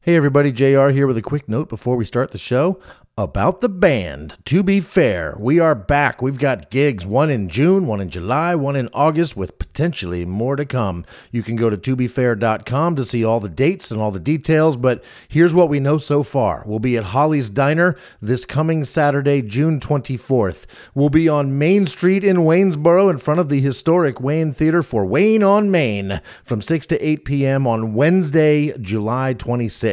Hey everybody, JR here with a quick note before we start the show about the band. To be fair, we are back. We've got gigs, one in June, one in July, one in August, with potentially more to come. You can go to tobefair.com to see all the dates and all the details, but here's what we know so far. We'll be at Holly's Diner this coming Saturday, June 24th. We'll be on Main Street in Waynesboro in front of the historic Wayne Theater for Wayne on Main from 6 to 8 p.m. on Wednesday, July 26th.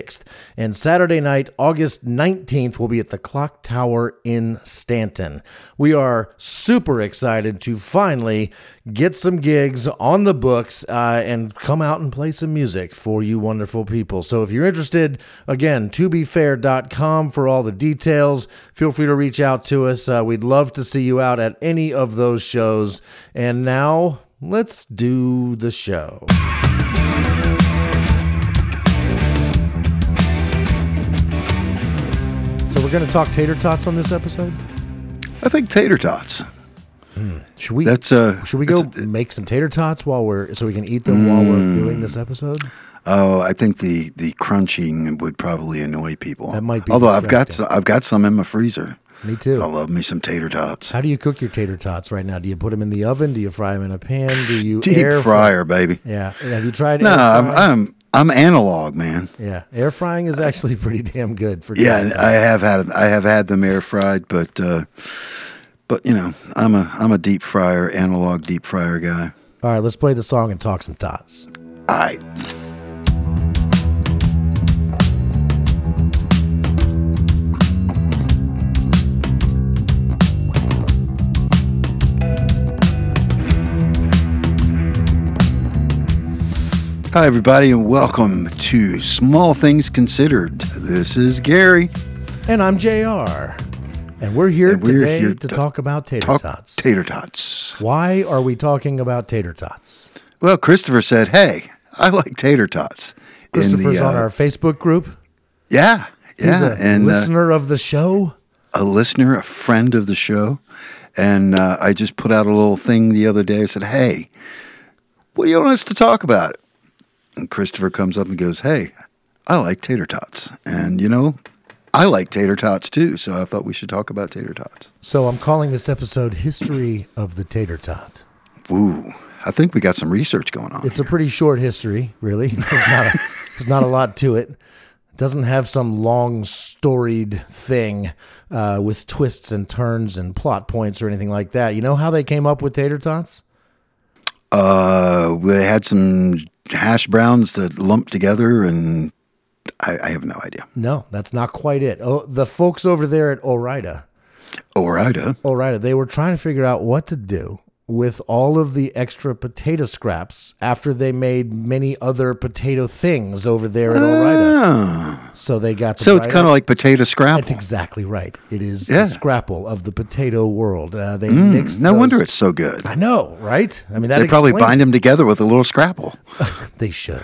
And Saturday night, August 19th, we'll be at the Clock Tower in Stanton. We are super excited to finally get some gigs on the books uh, and come out and play some music for you wonderful people. So if you're interested, again, tobefair.com for all the details. Feel free to reach out to us. Uh, we'd love to see you out at any of those shows. And now, let's do the show. So we're going to talk tater tots on this episode. I think tater tots. Should we? That's, uh, should we go that's- Mm. make some tater tots while we're so we can eat them while we're doing this episode? Oh, I think the the crunching would probably annoy people. That might be Although I've got distracting. some, I've got some in my freezer. Me too. I love me some tater tots. How do you cook your tater tots right now? Do you put them in the oven? Do you fry them in a pan? Do you Deep air fry? fryer, baby. Yeah. Have you tried No, air I'm, frying? I'm I'm analog, man. yeah, air frying is actually pretty damn good for. Yeah, tater and tots. I have had I have had them air fried, but uh, but you know I'm a I'm a deep fryer analog deep fryer guy. All right, let's play the song and talk some tots. I Hi, everybody, and welcome to Small Things Considered. This is Gary. And I'm Jr. And we're here And we're today here to to talk about tater Talk tots. Tater tots. Why are we talking about tater tots? Well, Christopher said, "Hey, I like tater tots." in the, Christopher's on uh, our Facebook group. yeah, yeah, He's a and uh, listener of the show. a listener, a friend of the show, and uh, I just put out a little thing the other day. I said, "Hey, what do you want us to talk about?" And Christopher comes up and goes, "Hey, I like tater tots, and you know, I like tater tots too. So I thought we should talk about tater tots." So I'm calling this episode History of the Tater Tot. Ooh, I think we got some research going on. It's a pretty short history, really. There's not a, there's not a lot to it. It doesn't have some long storied thing uh, with twists and turns and plot points or anything like that. You know how they came up with tater tots? uh, they had some hash browns that lumped together, and I, I have no idea. No, that's not quite it. Oh, the folks over there at Orida, Orida. Orida, they were trying to figure out what to do with all of the extra potato scraps after they made many other potato things over there at Orida. Ah. So they got the So it's bright kind of like potato scrapple. That's exactly right. It is Yeah. Mm, the scrapple of the potato world. Uh, they mix. No those- wonder it's so good. I know, right? I mean, that They probably explains bind them together with a little scrapple. it. They should.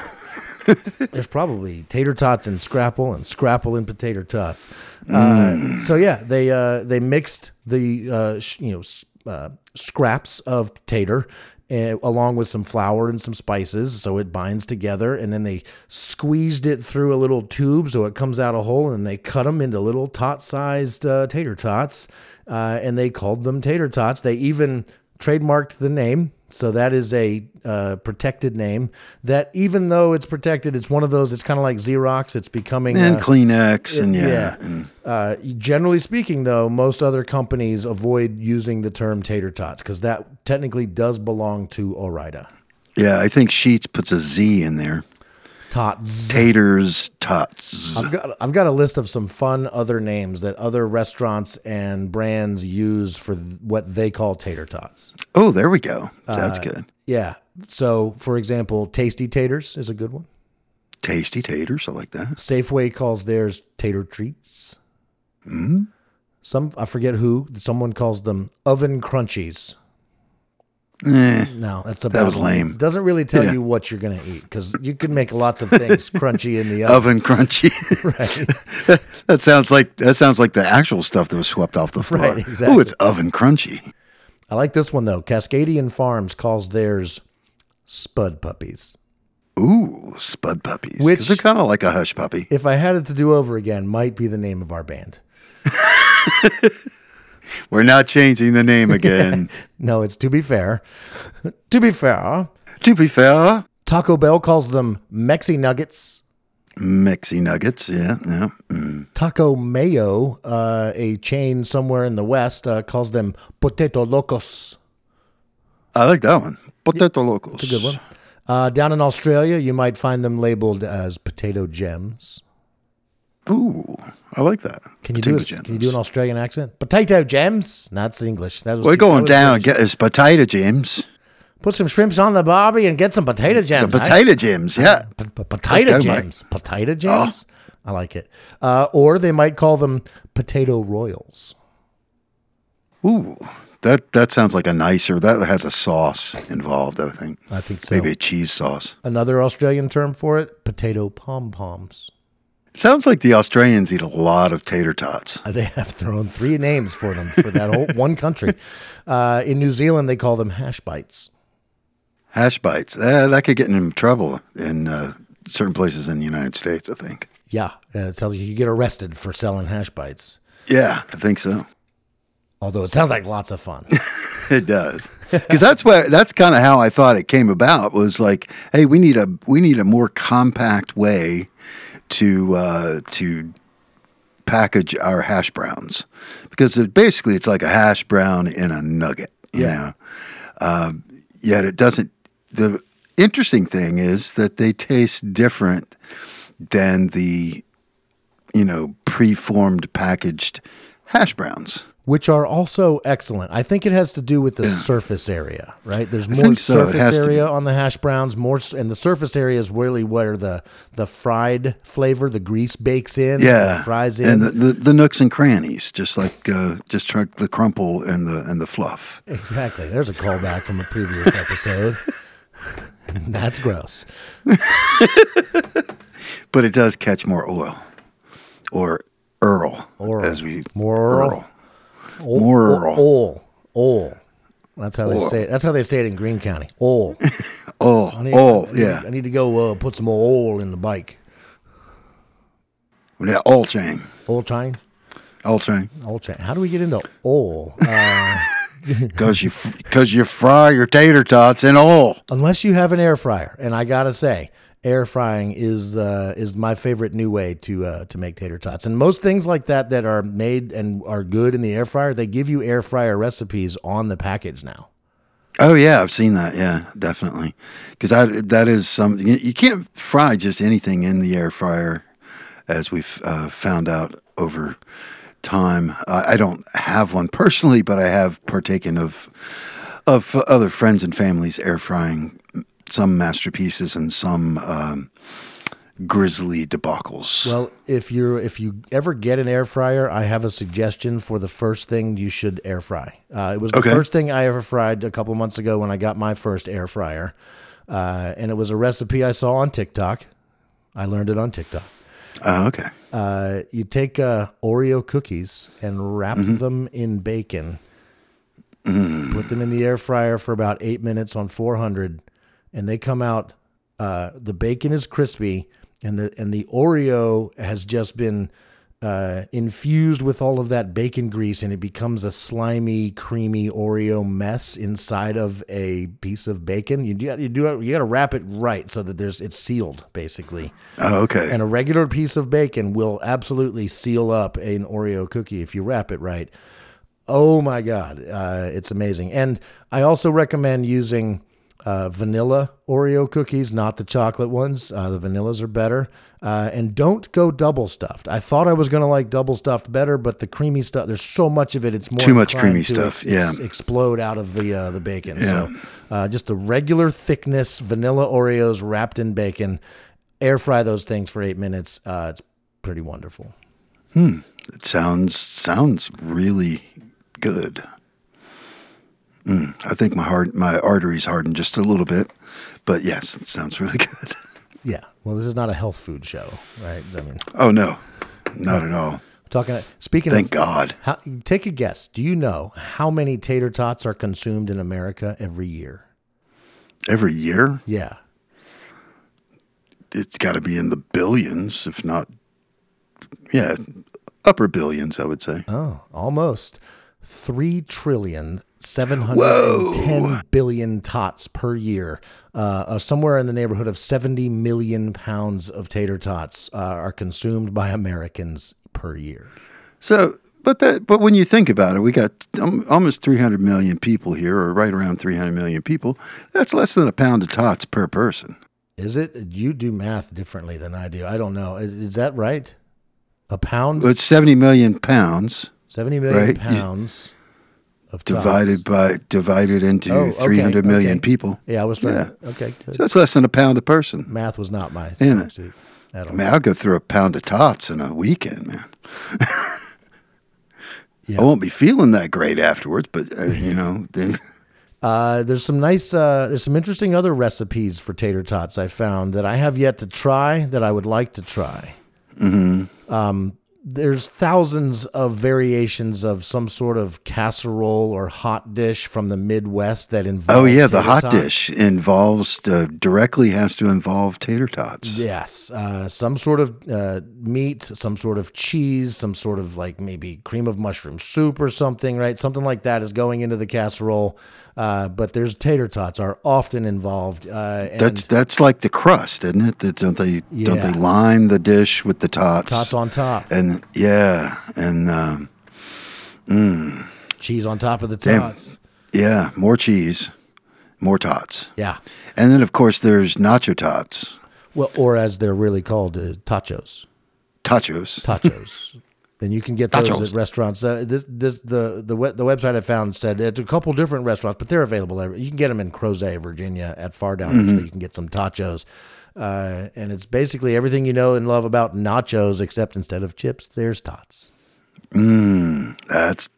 There's probably tater tots and scrapple, and scrapple and potato tots. Uh, so yeah, they uh, they mixed the uh, sh- you know s- uh, scraps of tater. Uh, along with some flour and some spices, so it binds together, and then they squeezed it through a little tube, so it comes out a hole, and they cut them into little tot-sized uh, tater tots, uh, and they called them tater tots. They even trademarked the name. So that is a uh, protected name. That even though it's protected, it's one of those. It's kind of like Xerox. It's becoming And uh, Kleenex and yeah. yeah. And Uh, generally speaking, though, most other companies avoid using the term tater tots because that technically does belong to Orida. yeah, I think Sheets puts a Z in there. Tots. Taters, tots. I've got, I've got a list of some fun other names that other restaurants and brands use for th- what they call tater tots. Oh, there we go. That's Uh-huh. good. Yeah. So, for example, Tasty Taters is a good one. Tasty taters. I like that. Safeway calls theirs tater treats. Some I forget who. Someone calls them oven crunchies. Eh, No, that's a bad was lame. One. Doesn't really tell Yeah. you what you're gonna eat because you can make lots of things crunchy in the oven. oven crunchy. that sounds like that sounds like the actual stuff that was swept off the floor. Right, exactly. Oh, it's oven crunchy. I like this one though. Cascadian Farms calls theirs spud puppies. Ooh, Spud Puppies. 'Cause Which- they're kind of like a hush puppy. If I had it to do over again, might be the name of our band. We're not changing the name again. No, it's to be fair. to be fair, to be fair, Taco Bell calls them Mexi Nuggets. Mexi Nuggets. Yeah, yeah. Mm. Taco Mayo, uh, a chain somewhere in the West, uh, calls them Potato Locos. I like that one. Potato locals. It's a Good one. Uh, down in Australia, you might find them labeled as potato gems. Ooh, I like that. Can you do a, Can you do an Australian accent? Potato gems. No, that's English. That was We're too- that going was down. British. and Get us potato gems. Put some shrimps on the barbie and get some potato gems. the I- potato gems. Yeah. P- p- potato Let's go, Mike. Ah. gems. Potato gems. I like it. Uh, or they might call them potato royals. Ooh, that that sounds like a nicer. That has a sauce involved. I think. I think so. Maybe a cheese sauce. Another Australian term for it: potato pom poms. Sounds like the Australians eat a lot of tater tots. Uh, They have thrown three names for them for that whole one country. Uh, in New Zealand, they call them hash bites. Hash bites. Eh, that could get in trouble in uh, certain places in the United States. I think. Yeah, uh, it sounds like you could get arrested for selling hash bites. Yeah, I think so. Although it sounds like lots of fun. It does, because that's where that's kind of how I thought it came about. Was like, hey, we need a we need a more compact way to uh, to package our hash browns, because it, basically it's like a hash brown in a nugget. You Yeah. know, um, yet it doesn't. The interesting thing is that they taste different than the you know preformed packaged hash browns. which are also excellent. I think it has to do with the surface area, right? There's more think so. It surface has to area on the hash browns, more, s- and the surface area is really where the the fried flavor, the grease bakes in, yeah and fries in. and the, the, the nooks and crannies just like uh, just try the crumple and the and the fluff exactly. There's a callback from a previous episode. That's gross. but it does catch more oil or earl Oral. as we More oral. Ol- More ol- oral. ol- ol. That's how they Oil. say it. That's how they say it in Greene County. Oil. I oh need- oh I need- yeah I need to go uh, put some more oil in the bike. yeah oil chang Oil time. oil chang Oil chain. How do we get into oil? Uh, because you because you fry your tater tots in oil unless you have an air fryer and i gotta say air frying is the is my favorite new way to uh, to make tater tots and most things like that that are made and are good in the air fryer they give you air fryer recipes on the package now oh yeah i've seen that yeah definitely because i that is something you- you can't fry just anything in the air fryer as we've uh, found out over time. I, I don't have one personally, but I have partaken of of other friends and families air frying some masterpieces and some um, grisly debacles. well if you're if you ever get an air fryer i have a suggestion for the first thing you should air fry uh, it was the Okay. first thing i ever fried a couple months ago when i got my first air fryer uh, and it was a recipe i saw on tiktok i learned it on tiktok Oh, okay. uh, you take uh, Oreo cookies and wrap them in bacon. Put them in the air fryer for about eight minutes on 400, and they come out. Uh, the bacon is crispy, and the and the Oreo has just been uh, infused with all of that bacon grease, and it becomes a slimy, creamy Oreo mess inside of a piece of bacon. You do you do you got to wrap it right so that there's it's sealed basically. Oh, okay. And a regular piece of bacon will absolutely seal up an Oreo cookie if you wrap it right. Oh my God, uh, it's amazing. And I also recommend using uh, vanilla Oreo cookies, not the chocolate ones. Uh, the vanillas are better. Uh, and don't go double stuffed. I thought I was going to like double stuffed better, but the creamy stuff, there's so much of it, it's more Too much inclined creamy to stuff, yeah. explode out of the uh, the bacon. So uh, just the regular thickness vanilla Oreos wrapped in bacon. Air fry those things for eight minutes. Uh, it's pretty wonderful. It sounds sounds really good. Mm, I think my heart my arteries hardened just a little bit, but yes, it sounds really good. Yeah. Well, this is not a health food show, right? I mean, Oh no, not at all. talking. Speaking Thank of, God. how, take a guess. Do you know how many tater tots are consumed in America every year? Every year, Yeah, it's got to be in the billions, if not, yeah, upper billions, I would say. Oh, almost three trillion seven hundred and ten billion tots per year. Uh, uh, somewhere in the neighborhood of seventy million pounds of tater tots uh, are consumed by Americans per year. So, but that, but when you think about it, we got um, almost 300 million people here, or right around 300 million people. That's less than a pound of tots per person. Is it? You do math differently than I do. I don't know. Is, is that right? A pound, Well, It's 70 million pounds seventy million right, you- pounds of tots. divided by divided into Oh, three okay, hundred million okay. people. Yeah, I was trying. Okay, good. So that's less than a pound a person. math was not my Yeah. strong suit at I all. mean, I'll go through a pound of tots in a weekend, man. Yeah. I won't be feeling that great afterwards, but uh, you know, then- Uh, there's some nice, uh, there's some interesting other recipes for tater tots I found that I have yet to try that I would like to try. Mm-hmm. Um, there's thousands of variations of some sort of casserole or hot dish from the Midwest that involve. oh yeah, the tater hot tots. dish involves uh, directly has to involve tater tots. Yes, uh, some sort of uh, meat, some sort of cheese, some sort of like maybe cream of mushroom soup or something, right? Something like that is going into the casserole. Uh, but there's tater tots are often involved. Uh, and That's that's like the crust, isn't it? That don't they don't Yeah. they line the dish with the tots? tots on top, and yeah, and um, cheese on top of the tots. yeah, more cheese, more tots, Yeah. and then of course there's nacho tots, Well, or as they're really called, uh, tachos. tachos. Tachos. And you can get those Tachos. at restaurants. Uh, this, this, the, the we- the website I found said at a couple different restaurants, but they're available. Every, you can get them in Crozet, Virginia, at Far Down. Mm-hmm. Actually, you can get some tachos, uh, and it's basically everything you know and love about nachos, except instead of chips, there's tots. That's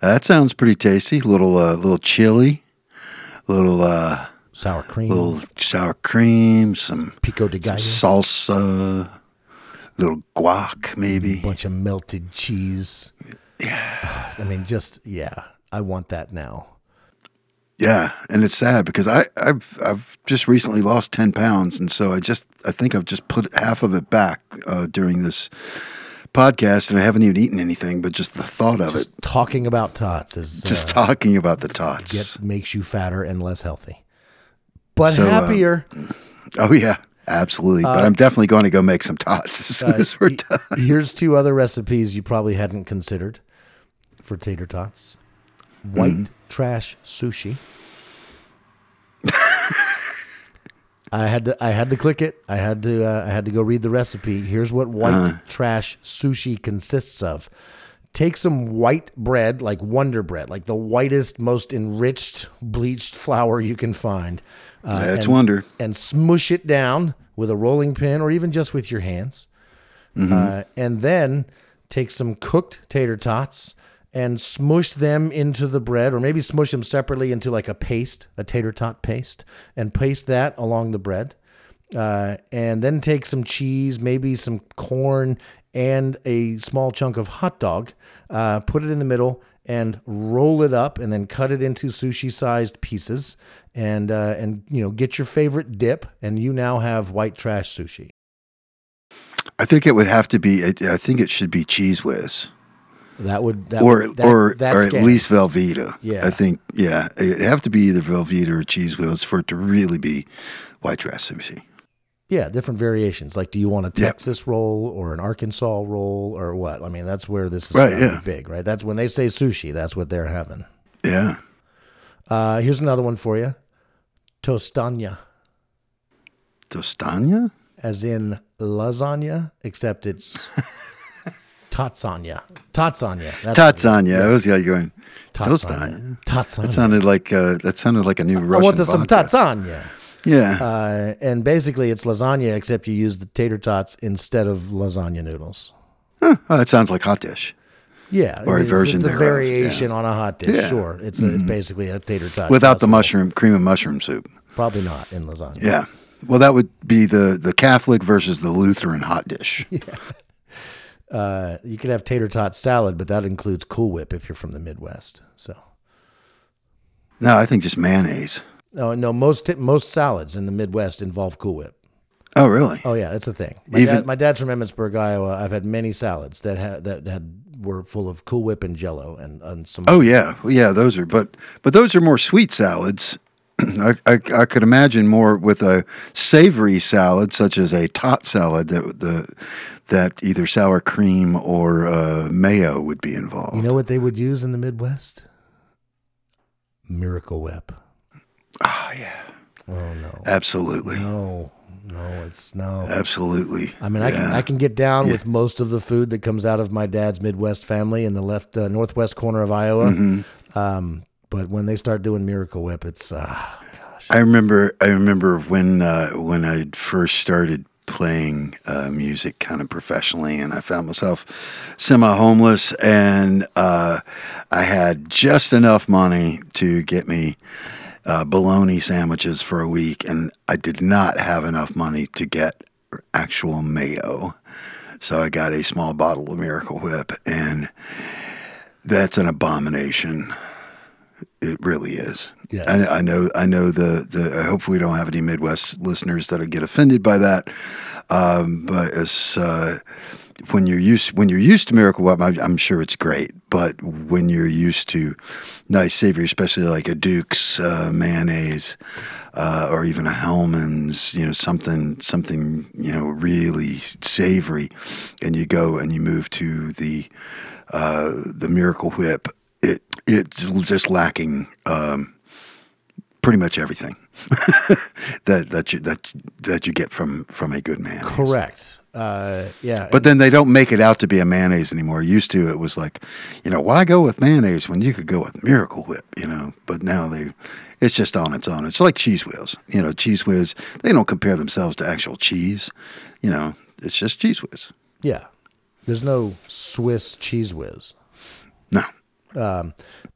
that sounds pretty tasty. Little uh, little chili, little uh, Sour cream, little sour cream, some pico de gallo, salsa, little guac maybe. bunch of melted cheese. Yeah, I mean, just yeah, I want that now. Yeah, and it's sad because I, I've I've just recently lost ten pounds, and so I just I think I've just put half of it back uh, during this podcast, and I haven't even eaten anything. But just the thought of it, Just talking about tots is uh, just talking about the tots. get makes you fatter and less healthy, but So, uh, happier. Oh yeah, absolutely. Uh, but I'm definitely going to go make some tots as soon as we're done. Here's two other recipes you probably hadn't considered for tater tots. White trash sushi. I had to I had to click it. I had to uh, I had to go read the recipe. Here's what white trash sushi consists of. Take some white bread, like Wonder Bread, like the whitest, most enriched, bleached flour you can find. Uh, That's and- wonder. and smush it down with a rolling pin or even just with your hands. Uh, and then take some cooked tater tots and smush them into the bread or maybe smush them separately into like a paste, a tater tot paste, and paste that along the bread. Uh, and then take some cheese, maybe some corn, and a small chunk of hot dog, uh, put it in the middle, and roll it up, and then cut it into sushi-sized pieces, and uh, and you know get your favorite dip, and you now have white trash sushi. I think it would have to be. I I think it should be cheese whiz, That would that or would, that, or that or at scans. least Velveeta. Yeah. I think yeah, it'd have to be either Velveeta or cheese whiz for it to really be white dress sushi. Yeah, different variations. Like, do you want a Yeah. Texas roll or an Arkansas roll or what? I mean, that's where this is Right, gonna be yeah. big, right? That's when they say sushi. That's what they're having. Yeah. Uh, here's another one for you, tostanya. Tostania? as in lasagna, except it's tatsanya. Tatsanya. That's Tatsanya. I was like going tatsanya. Tostania. That Tatsanya. sounded like uh, that sounded like a new I Russian. want some vodka. tatsanya. Yeah. Uh, and basically, it's lasagna, except you use the tater tots instead of lasagna noodles. Uh. oh, that sounds like hot dish. Yeah, Or a it's, version It's a thereof, variation on a hot dish. Yeah. Mm-hmm. Sure, it's, a, it's basically a tater tot Without the casserole. mushroom cream and mushroom soup. Probably not in lasagna. Yeah. Well that would be the the Catholic versus the Lutheran hot dish. Uh, you could have tater tot salad, but that includes Cool Whip if you're from the Midwest. So. No, I think just mayonnaise. Oh, No, no. Most most salads in the Midwest involve Cool Whip. Oh, really? Oh yeah, that's a thing. My, Even- dad, my dad's from Emmitsburg, Iowa. I've had many salads that ha- that had were full of Cool Whip and Jello and, and some. Oh yeah, Well, yeah. Those are but but those are more sweet salads. I, I I could imagine more with a savory salad, such as a tot salad that the that either sour cream or uh, mayo would be involved. you know what they would use in the Midwest? Miracle Whip. oh yeah, Oh no, absolutely, no, no, it's no. absolutely. I mean, I can Yeah. I can get down with most of the food that comes out of my dad's Midwest family in the left uh, northwest corner of Iowa. Mm-hmm. Um, but when they start doing Miracle Whip, it's ah, gosh, I remember. I remember when uh, when I first started playing uh, music kind of professionally, and I found myself semi homeless, and uh, I had just enough money to get me uh, bologna sandwiches for a week, and I did not have enough money to get actual mayo. So I got a small bottle of Miracle Whip, and that's an abomination. It really is. Yes. I, I know. I know the the. I hope we don't have any Midwest listeners that'll get offended by that. Um, but it's uh, when you're used when you're used to Miracle Whip, I'm, I'm sure it's great. But when you're used to nice savory, especially like a Duke's uh, mayonnaise, uh, or even a Hellman's, you know, something something you know really savory, and you go and you move to the uh, the Miracle Whip, it it's just lacking um, pretty much everything that that you that that you get from from a good mayonnaise. correct. Uh, yeah, But then they don't make it out to be a mayonnaise anymore. Used to it was like, you know, why go with mayonnaise when you could go with Miracle Whip, you know? But now they, it's just on its own. It's like cheese whiz, you know. Cheese whiz, they don't compare themselves to actual cheese, you know. It's just cheese whiz. yeah. There's no Swiss cheese whiz. No,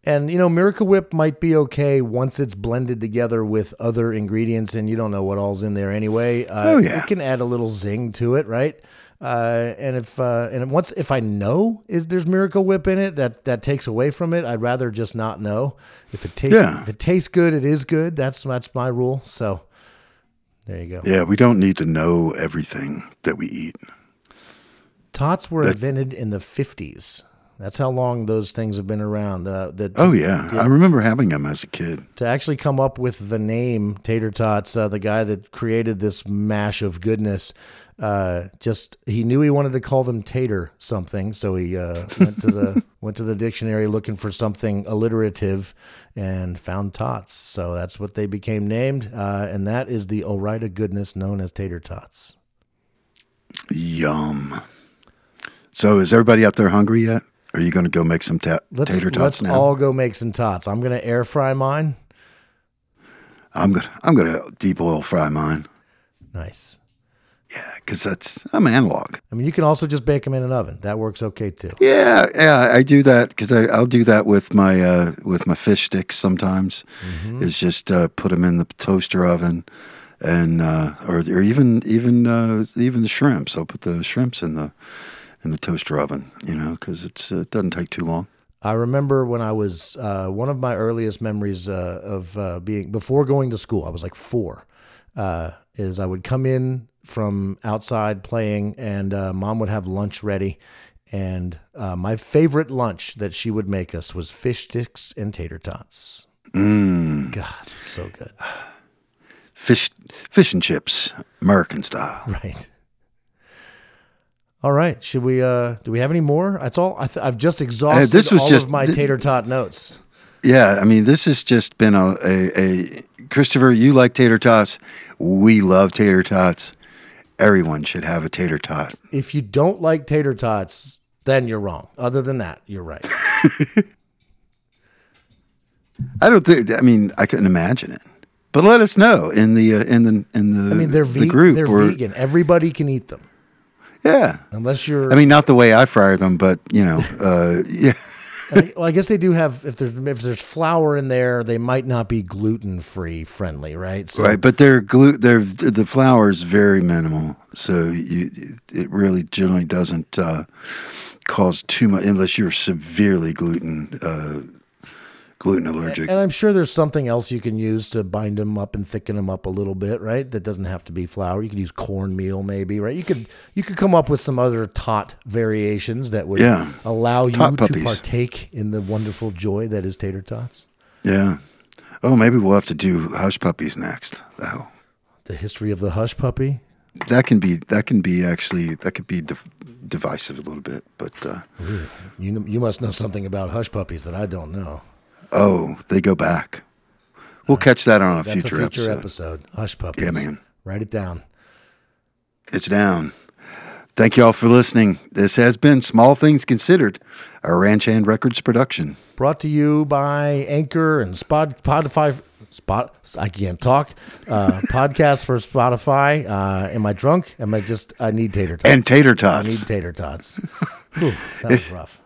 And you know, Miracle Whip might be okay once it's blended together with other ingredients, and you don't know what all's in there anyway. Uh, Oh, yeah. it can add a little zing to it, right? Uh, and if uh, and once if I know is there's Miracle Whip in it, that that takes away from it. I'd rather just not know. If it tastes Yeah. if it tastes good, it is good. That's that's my rule. So there you go. yeah, we don't need to know everything that we eat. Tots were invented in the fifties. That's how long those things have been around. Uh, the Oh yeah, I remember having them as a kid. to actually come up with the name Tater Tots, uh, the guy that created this mash of goodness, uh, just he knew he wanted to call them tater something, so he uh, went to the went to the dictionary looking for something alliterative, and found tots. So that's what they became named, uh, and that is the Orida goodness known as Tater Tots. Yum. So is everybody out there hungry yet? Are you going to go make some ta- Let's tater tots let's now? all go make some tots. I'm gonna air fry mine. I'm gonna I'm gonna deep oil fry mine. Nice. Yeah, because that's I'm analog. I mean, you can also just bake them in an oven. That works okay too. Yeah, yeah, I do that because I'll do that with my uh, with my fish sticks sometimes. Is just uh, put them in the toaster oven, and uh, or or even even uh, even the shrimps. I'll put the shrimps in the in the toaster oven. You know, because it's uh, it doesn't take too long. I remember when I was uh, one of my earliest memories uh, of uh, being before going to school. I was like four. Uh, is I would come in from outside playing, and uh, mom would have lunch ready. And uh, my favorite lunch that she would make us was fish sticks and tater tots. Mm. God, so good, Fish fish and chips, American style. right? All right, should we? Uh, do we have any more? That's all. I th- I've just exhausted Uh, this was all just- of my thi- tater tot notes. Yeah, I mean, this has just been a, a, a Christopher. You like tater tots? We love tater tots. Everyone should have a tater tot. if you don't like tater tots, then you're wrong. Other than that, you're right. I don't think. I mean, I couldn't imagine it. But let us know in the uh, in the in the. I mean, they're the ve- group. they're or- vegan. Everybody can eat them Yeah, unless you're. I mean, not the way I fry them, but you know, uh, yeah, well, I guess they do have if there's if there's flour in there, they might not be gluten free friendly, right? So right. But they're glue. They're the flour is very minimal, so you it really generally doesn't uh, cause too much unless you're severely gluten uh, gluten allergic. And I'm sure there's something else you can use to bind them up and thicken them up a little bit, right? That doesn't have to be flour. You could use cornmeal, maybe, right? You could you could come up with some other tot variations that would Yeah. allow you Tot to puppies. partake in the wonderful joy that is tater tots. Yeah. Oh, maybe we'll have to do hush puppies next. Though The history of the hush puppy. that can be that can be actually that could be div- divisive a little bit. But uh, You kn- you must know something about hush puppies that I don't know. oh, they go back. We'll catch that on a That's future, a future episode. episode. Hush puppies. Yeah, man. Write it down. It's down. Thank you all for listening. This has been Small Things Considered, a Ranch Hand Records production. Brought to you by Anchor and Spot, Spotify. Spot. I can't talk. Uh, podcast for Spotify. Uh, am I drunk? Am I just? I need tater tots. And Tater I need Tots. tater tots. Whew, that was rough.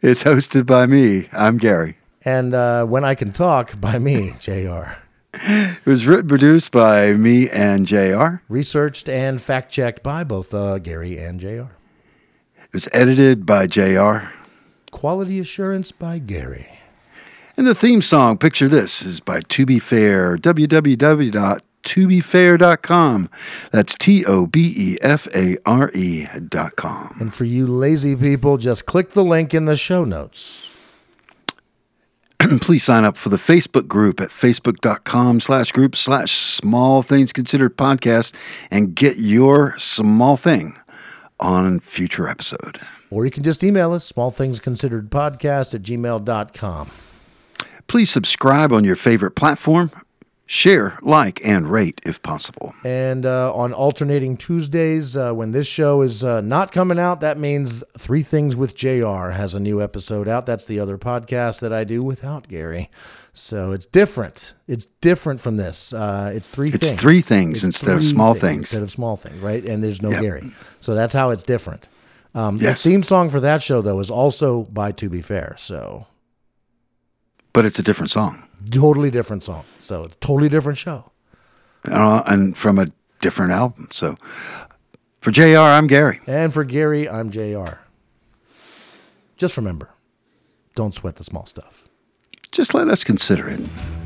It's hosted by me. I'm Gary. And uh, when I can talk, by me, Jr. It was written produced by me and JR. Researched and fact checked by both uh, Gary and Jr. It was edited by JR. Quality assurance by Gary. And the theme song, Picture This, is by To Be Fair, www.tobefair.com. That's T O B E F A R E dot com. And for you lazy people, just click the link in the show notes. Please sign up for the Facebook group at facebook.com slash group slash small things considered podcast and get your small thing on a future episode. Or you can just email us, smallthingsconsideredpodcast at gmail.com. Please subscribe on your favorite platform, share, like, and rate if possible. And uh, on alternating Tuesdays, uh, when this show is uh, not coming out, that means Three Things with JR has a new episode out. That's the other podcast that I do without Gary. So it's different. It's different from this. Uh, it's three It's things. three It's things instead of three small Instead things. of small things, right? And there's no Gary. So that's how it's different. Um, Yes. The theme song for that show, though, is also by To Be Fair. So but it's a different song. totally different song. So it's a totally different show. uh, and from a different album. So for JR, I'm Gary. And for Gary, I'm JR. Just remember, don't sweat the small stuff. Just let us consider it.